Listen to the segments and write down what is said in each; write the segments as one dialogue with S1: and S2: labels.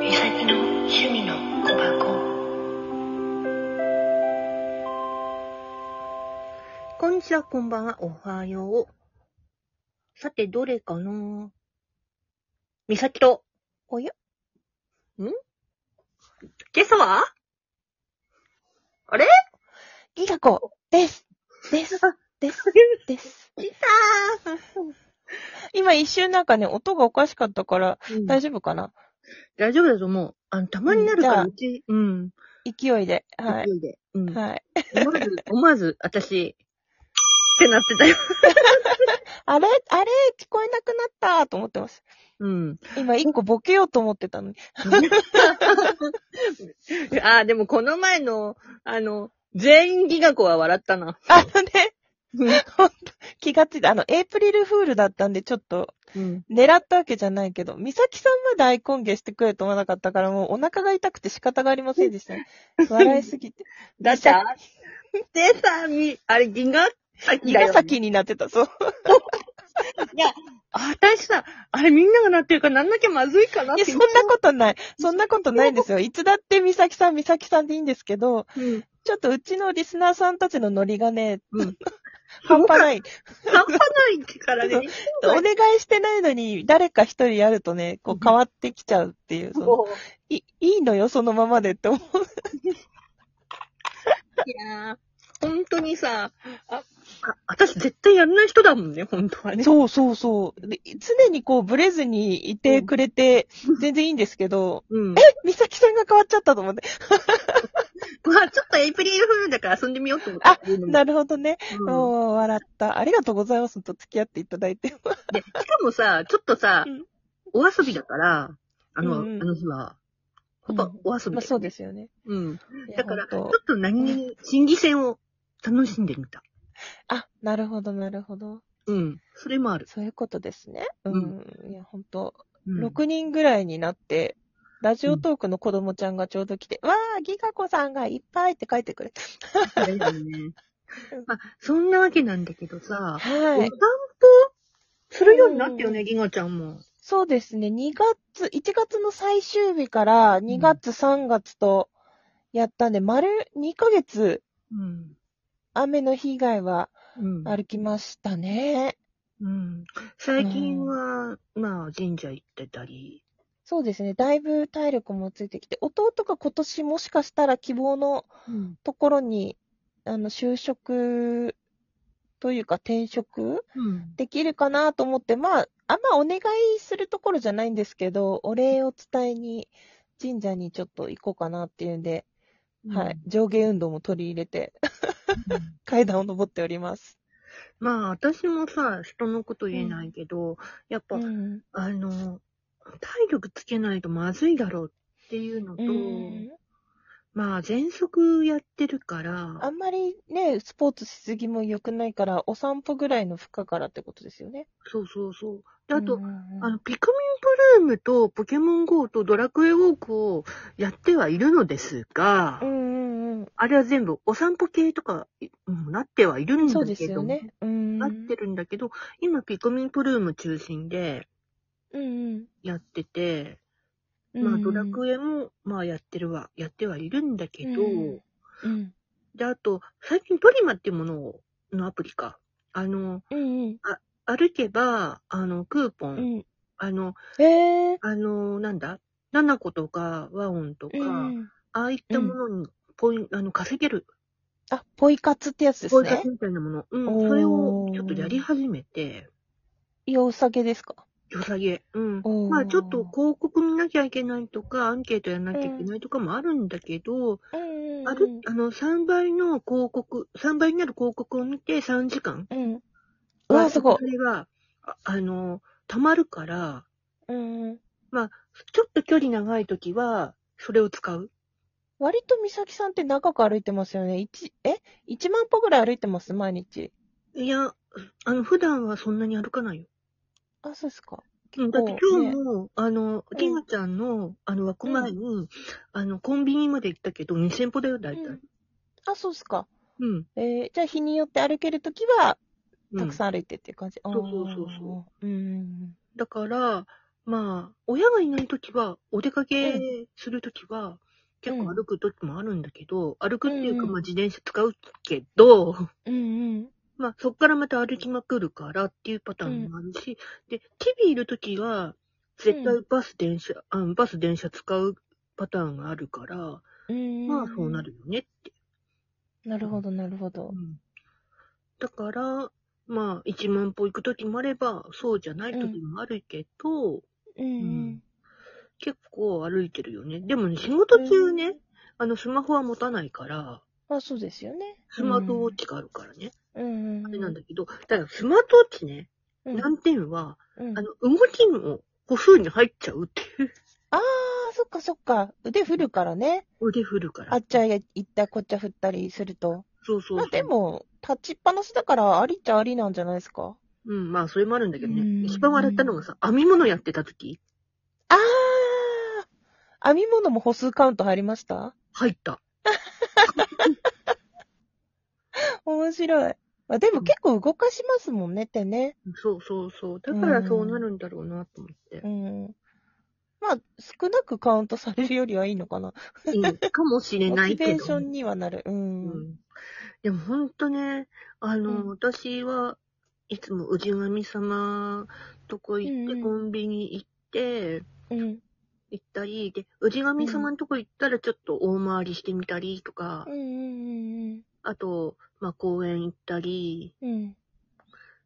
S1: 美咲の趣味の小箱
S2: こんにちは、こんばんは、おはよう。さて、どれかなみさきと。おやん今朝は
S3: リカコです。です。です。です。
S2: 来た
S3: 今一瞬なんかね、音がおかしかったから、
S2: ー、
S3: 大
S2: 大
S3: 丈夫かな、
S2: 大丈夫だと思う。あの、たまになるから、
S3: うん
S2: うち、うん。
S3: 勢いで。はい。
S2: 勢いで。うん。思わ
S3: はい。
S2: ず、思わず、私、ってなってたよ。
S3: あれあれ聞こえなくなったと思ってます。
S2: うん。
S3: 今一個ボケようと思ってたのに。
S2: ああ、でもこの前の、あの、全員ギガ子は笑ったな。
S3: あのね、
S2: うん
S3: ほんと気がついた。あの、エイプリルフールだったんで、ちょっと、
S2: うん。
S3: 狙ったわけじゃないけど、美咲さんまで大根下してくれると思わなかったから、もうお腹が痛くて仕方がありませんでした、ね。笑いすぎて。
S2: だったでさ、み、あれ、ギガ先
S3: 気
S2: だよ、
S3: が先になってた、そう。
S2: あ、私さ、あれみんながなってるからなんなきゃまずいかなっ
S3: い
S2: て。
S3: や、そんなことない。そんなことないんですよ。いつだって美咲さん、美咲さんでいいんですけど、
S2: と。うん。
S3: ちょっとうちのリスナーさんたちのノリがね、
S2: うん
S3: 半端ない。
S2: 半端ないってからね。
S3: お願いしてないのに、誰か一人やるとね、こう変わってきちゃうっていう、その
S2: そう。
S3: いいいのよ、そのままでって思う。
S2: いやー本当にさ、あ、あ、私絶対やんない人だもんね、本当はね。
S3: そうそうそう。で常にこう、ブレずにいてくれて、全然いいんですけど、
S2: うん。
S3: 美咲さんが変わっちゃったと思って。
S2: まあ、ちょっとエイプリルフールだから遊んでみようと思って。
S3: あ
S2: う、ん
S3: なるほどね。
S2: うん
S3: おー、笑った。ありがとうございます。と付き合っていただいて。
S2: で、しかもさ、ちょっとさ、
S3: うん
S2: お遊びだから、あの、
S3: うんうん
S2: あの日は、ほぼお遊び、。
S3: まあそうですすよね。
S2: うん。
S3: いや
S2: だから、ち
S3: ほん
S2: ょ
S3: と
S2: っと何気に心理戦を楽しんでみた。
S3: あ、なるほど、なるほど。
S2: うん。それもある。
S3: そういうことですね。うん。いや、本当
S2: うん
S3: 六6人ぐらいになって、ラジオトークの子供ちゃんがちょうど来て、わー、ギガ子さんがいっぱいって書いてくれた。
S2: だよ ね。まあ、そんなわけなんだけどさ、お
S3: は
S2: 散
S3: い
S2: 歩。するようになったよね、ギガちゃんも。
S3: そうですね。2月、1月の最終日から2月、3月とやったんで、丸2ヶ月、
S2: うん。
S3: 雨の被害は
S2: うん。
S3: 歩きましたね。
S2: うん。最近は、まあ、神社行ってたり。
S3: そうですね。だいぶ体力もついてきて、弟が今年もしかしたら希望の
S2: うん。
S3: ところに、あの、就職というか転職
S2: うん。
S3: できるかなと思って、まあ、あんまお願いするところじゃないんですけど、お礼を伝えに神社にちょっと行こうかなっていうんで、はい、上下運動も取り入れて、
S2: うん
S3: 階段を登っております。
S2: まあ、私もさ、人のこと言えないけど、やっぱ、
S3: うん。
S2: あの、体力つけないとまずいだろうっていうのと、
S3: うん
S2: まあ、喘息やってるから、
S3: あんまりね、スポーツしすぎも良くないから、お散歩ぐらいの負荷からってことですよね。
S2: そうそうそう。で、あと、
S3: うんうんうん
S2: あの、ピクミンブルームとポケモン GO とドラクエウォークをやってはいるのですが、
S3: うんうんうん
S2: あれは全部お散歩系とか、うんなってはいるんだけど
S3: そうですよね。うん。
S2: なってるんだけど、今ピクミンブルーム中心で
S3: うん
S2: やってて、
S3: うん。
S2: まあドラク
S3: エ
S2: エも、まあやってるは、やってはいるんだけど、
S3: うんうん。
S2: で、あと、最近トリマっていうものを、のアプリか。あの、
S3: うんうん。
S2: 歩けば、あの、クーポン、
S3: うん。
S2: あの、
S3: えー。
S2: あの、なんだナナコとか、ワオンとか、
S3: うん。
S2: ああいったものに、ポインあの、稼げる、
S3: あ、ポイ活ってやつで
S2: ポ
S3: す
S2: イ活
S3: ね。
S2: みたいなもの。う
S3: お
S2: ん、
S3: ー
S2: それをちょっとやり始めて、
S3: よさげですか
S2: 良さげ。うん。
S3: おー
S2: まあちょっと広告見なきゃいけないとか、アンケートやんなきゃいけないとかもあるんだけど、
S3: うんうん
S2: ある、あの、3倍の広告、3倍になる広告を見て3時間。
S3: うん。うん。うわ、すごい
S2: そ。れは、ああの、溜まるから、
S3: うんうん。
S2: ちょっと距離長い時は、それを使う。
S3: 割と美咲さんって長く歩いてますよね。一、え一万歩ぐらい歩いてます毎日。
S2: いや、あの、普段はそんなに歩かないよ。
S3: あ、そうですか。
S2: うん、
S3: 結
S2: だっ
S3: 構
S2: て今
S3: ね
S2: 日も、あの、
S3: ん
S2: りなちゃんの、あの、枠前に、あの、コンビニまで行ったけど、2000歩だよ、大体。
S3: うんあ、そうですか。
S2: うん。
S3: えー、じゃあ日によって歩けるときは、
S2: うん
S3: たくさん歩いてっていう感じ。
S2: んそうそうそうそ
S3: うん。うん。
S2: だから、まあ、親がいないときは、お出かけするときは、結構歩くときもあるんだけど、歩くっていうか、
S3: うんうん
S2: まあ自転車使うけど、
S3: うんうん。
S2: まあそっからまた歩きまくるからっていうパターンもあるし、で、チビいるときは、絶対バス電車、あ、バス電車使うパターンがあるから、
S3: うん。
S2: まあそうな。るよねって。
S3: なるほど、なるほど。
S2: だから、まあ1万歩行くときもあれば、そうじゃないときもあるけど、
S3: うんうん。
S2: 結構歩いてるよね。でもね、仕事中ね、あの、スマホは持たないから、
S3: まあそうですよね。
S2: スマートウォッチがあるからね。
S3: うん。うん。
S2: あれなんだけど、だからスマートウォッチね、
S3: うん。
S2: 難点は、
S3: うん
S2: あの、動きも歩数に入っちゃうっていう。
S3: ああ、そっかそっか。腕振るからね。
S2: 腕振るから。
S3: あっちゃ行った、こっちゃ振ったりすると。
S2: そうそうそう。
S3: まあで、も、立ちっぱなしだから、ありっちゃありなんじゃないですか。
S2: うん、まあ、それもあるんだけど
S3: う
S2: ね。
S3: ん
S2: 一番笑ったのがさ、編み物やってた時、
S3: ああ編み物も歩数カウント入りました
S2: 入った。
S3: 面白い。まあでも結構動かしますもんね、手ね。
S2: そうそうそう。だからそうなるんだろうなと思って
S3: う。ん。まあ、少なくカウントされるよりはいいのかな。
S2: うん、かもしれ
S3: モ
S2: な
S3: チ
S2: い
S3: ベ
S2: け
S3: ーショ
S2: ど。
S3: ンにはなる。う。
S2: うんんでも本当ね、あの、
S3: うん
S2: 私はいつも氏神様とこ行って、
S3: うんうん
S2: コンビニ行って、
S3: うん。
S2: 行ったり、で、氏神様のとこ行ったらちょっと大回りしてみたりとか、
S3: うんうん
S2: あと、まあ公園行ったり、
S3: うんうん。うん。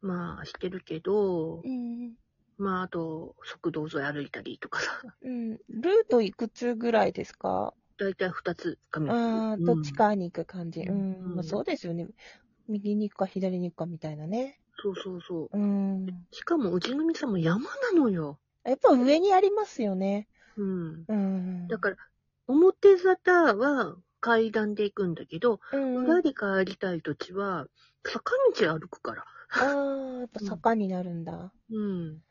S2: まあしてるけど
S3: う、ん。
S2: まああと、食堂沿い歩いたりとかさ、
S3: うん。ルートいくつぐらいですか
S2: だいたい二つか三つ
S3: ああ、
S2: うん
S3: どっちかに行く感じ。
S2: う
S3: うんん。まあそうですよね。右に行くか左に行くかみたいなね。
S2: そうそうそう。
S3: うん。
S2: しかも氏神様山なのよ。
S3: やっぱ上にありますよね。
S2: うん。
S3: うん。
S2: だから、表沙汰は階段で行くんだけど、
S3: ら、うん。
S2: 裏
S3: あ
S2: で帰りたいときは、坂道歩くから。
S3: あー、やっぱ坂になるんだ。
S2: うん。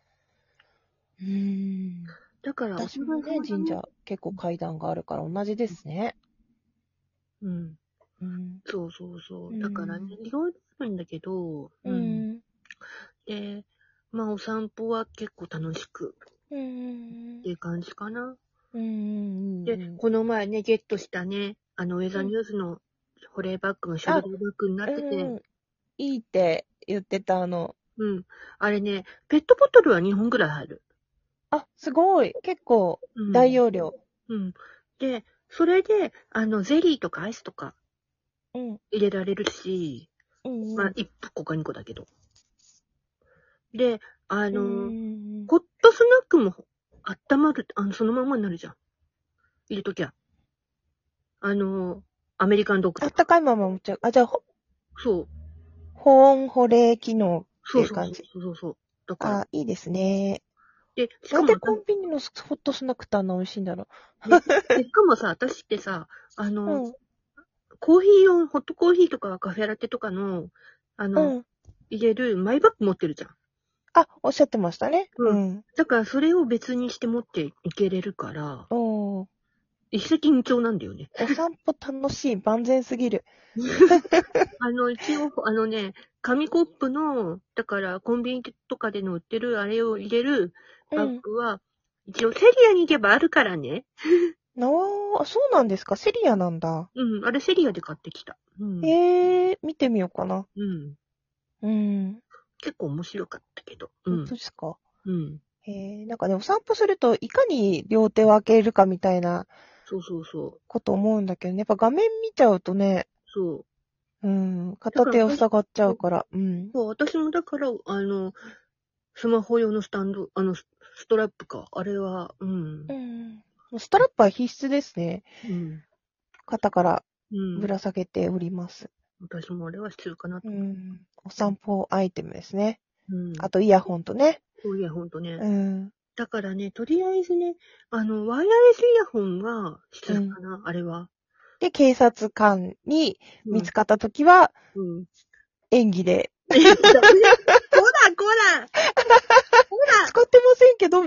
S3: うん。
S2: だから、
S3: 私もね、
S2: お互い様だ
S3: 神。社結構階段があるから同じですね。
S2: うん。
S3: うん。
S2: そうそうそうう。
S3: ん
S2: だからね、いろいろあるんだけど、
S3: う。ん。
S2: で、まあ、お散歩は結構楽しく
S3: うん
S2: って。いう感じかな。
S3: うん。
S2: で、この前ね、ゲットしたね、あの、ウェザーニュースの保冷バッグがショルダーバッグになって
S3: う
S2: て、
S3: ん、いいって言ってたあの。
S2: うん。あれね、ペットボトルは2本ぐらい入る。
S3: あ、すごい。結構
S2: うん
S3: 大容量。
S2: うん。で、それで、あの、ゼリーとかアイスとか
S3: うん。
S2: 入れられるし、
S3: うん。
S2: まあ、1個か2個だけど。で、あ
S3: あ
S2: の、
S3: うん、
S2: ホットスナックも温まる、あの、そのまんまになるじゃん。入れときゃ。あの、アメリカンドッグ
S3: あっ
S2: とか。
S3: たかいまま持っちゃう。あ、じゃあ、ほ
S2: そう。
S3: 保温保冷機能。
S2: そう
S3: ってい
S2: そ
S3: う
S2: う
S3: 感
S2: そう
S3: じ
S2: そうそうそう。だから、
S3: あ、いいですね。
S2: で、しか
S3: なん
S2: も、
S3: でコンビニのスホットスナックってあんな美味しいんだろ
S2: でしかもさ、私ってさ、あ
S3: う。
S2: の、
S3: うん。
S2: コーヒー用、ホットコーヒーとかカフェラテとかの、あ
S3: う
S2: の、
S3: ん。
S2: 入れるマイバッグ持ってるじゃん。
S3: あ、おっしゃってましたね。
S2: う
S3: うん。
S2: だからそれを別にして持っていけれるから、
S3: おー
S2: 一石二鳥なんだよね。
S3: お散歩楽しい。万全すぎる。
S2: あの、一 応、あのね、紙コップの、だからコンビニとかでの売ってるあれを入れる
S3: う
S2: バ
S3: ん
S2: ッ。グは、一応セリアに行けばあるからね。
S3: なあ、そうなんですか。セリアなんだ。
S2: うん、あれセリアで買ってきた。うん。
S3: ええー、見てみようかな。
S2: うん。
S3: うん。
S2: 結構面白かったけど。う
S3: 本
S2: ん
S3: 当。ですか。
S2: うん。
S3: ええー、なんかね、お散歩すると、いかに両手を開けるかみたいな
S2: そうそうそう。
S3: こと思うんだけどね。やっぱ画面見ちゃうとね、
S2: そう。
S3: うん、片手を塞がっちゃうから、うん。
S2: そう私もだから、あの、スマホ用のスタンド、あの、スストラップか。あれは、うん
S3: う。ん。ストラップは必須ですね。
S2: うん。
S3: 肩から
S2: うん
S3: ぶ。ら下げております。
S2: 私もあれは必要かなと
S3: う
S2: 思
S3: ん。お散歩アイテムですね。
S2: う。うん。
S3: あと、イヤホンとね。
S2: そういや、ほんとね。
S3: うん。
S2: だからね、とりあえずね、あの、ワイヤレスイヤホンが必要かな、あれは。
S3: で、警察官に
S2: うん
S3: 見つかったときは、
S2: うん。
S3: 演技で、
S2: ダメだこらこら
S3: 使ってませんけど、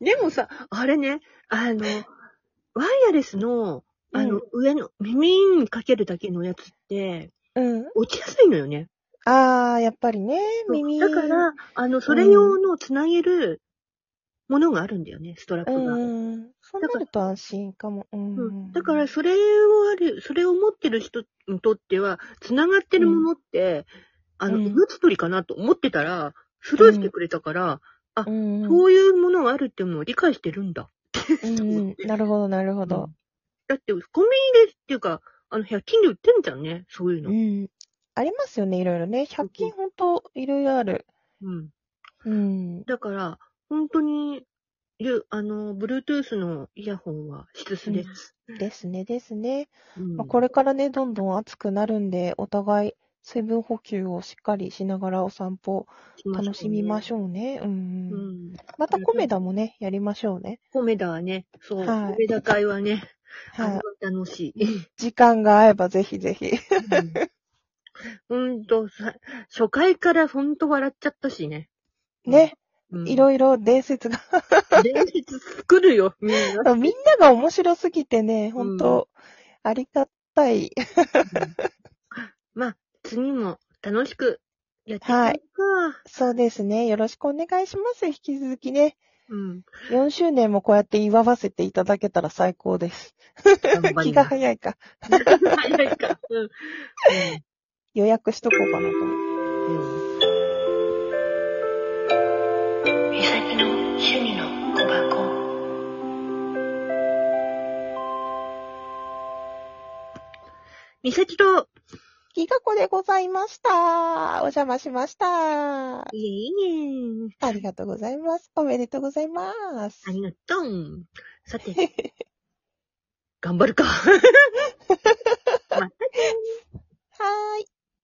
S2: でもさ、あれね、あの、ワイヤレスの、あの、
S3: うん
S2: 上の、耳にかけるだけのやつって、
S3: うん。
S2: 落ちやすいのよね。
S3: ああ、やっぱりね、
S2: そう
S3: 耳。
S2: だから、あの、それ用のつなげるものがあるんだよね、ストラッ
S3: う
S2: プが。うん
S3: んうん。そうなると安心かも。うんうん。
S2: だから、それをある、それを持ってる人にとっては、つながってるものって、あの、
S3: うん
S2: 命取りかなと思ってたら、スルーしてくれたから、
S3: うんうん、
S2: そういうものがあるっていうのを理解してるんだ。
S3: うんうん。なるほど、なるほど。
S2: だって、コンビニでっていうか、あの、100均で売ってんじゃんね、そういうの。う
S3: う
S2: ん。
S3: ん。ありますよね、いろいろね。100均ほんと、いろいろある。うん。
S2: だから、本当に、ゆあの、Bluetooth のイヤホンは必須です。
S3: ですね、ですね。
S2: うん
S3: まあこれからね、どんどん暑くなるんで、お互い水分補給をしっかりしながらお散歩楽しみまし
S2: ょ
S3: ょうね。うん
S2: う
S3: うん。
S2: ん。
S3: またコメダもね、やりましょうね。
S2: コメダはね、そう、
S3: はい
S2: コメダ会はね、あ
S3: はい。
S2: の楽しい。
S3: 時間が合えばぜひぜひ。
S2: うんと、さ初回からほんと笑っちゃったしね。
S3: ね、
S2: うん、
S3: い
S2: い
S3: ろいろ伝 説が。
S2: ろ。伝説作るよ、みんな。
S3: みんなが面白すぎてね、ほんと、ありがたい。
S2: まあ、次も楽しくやっていこうか。
S3: はいそうですね。よろしくお願いします。引き続きね。
S2: うん。
S3: 4周年もこうやって祝わせていただけたら最高 です。
S2: 頑張り
S3: 気
S2: ま
S3: が
S2: す
S3: 早いか。
S2: 早いか。うん。
S3: 予約しとこうかなと思って。
S2: うん。
S1: 美咲の趣味の小箱。
S2: 美咲と、
S3: きがこでございました。お邪魔しました。あ
S2: いえいえ、
S3: りがとうございます。おめでとうございます
S2: あ。りがとう。さて、頑張るか。
S3: はーい。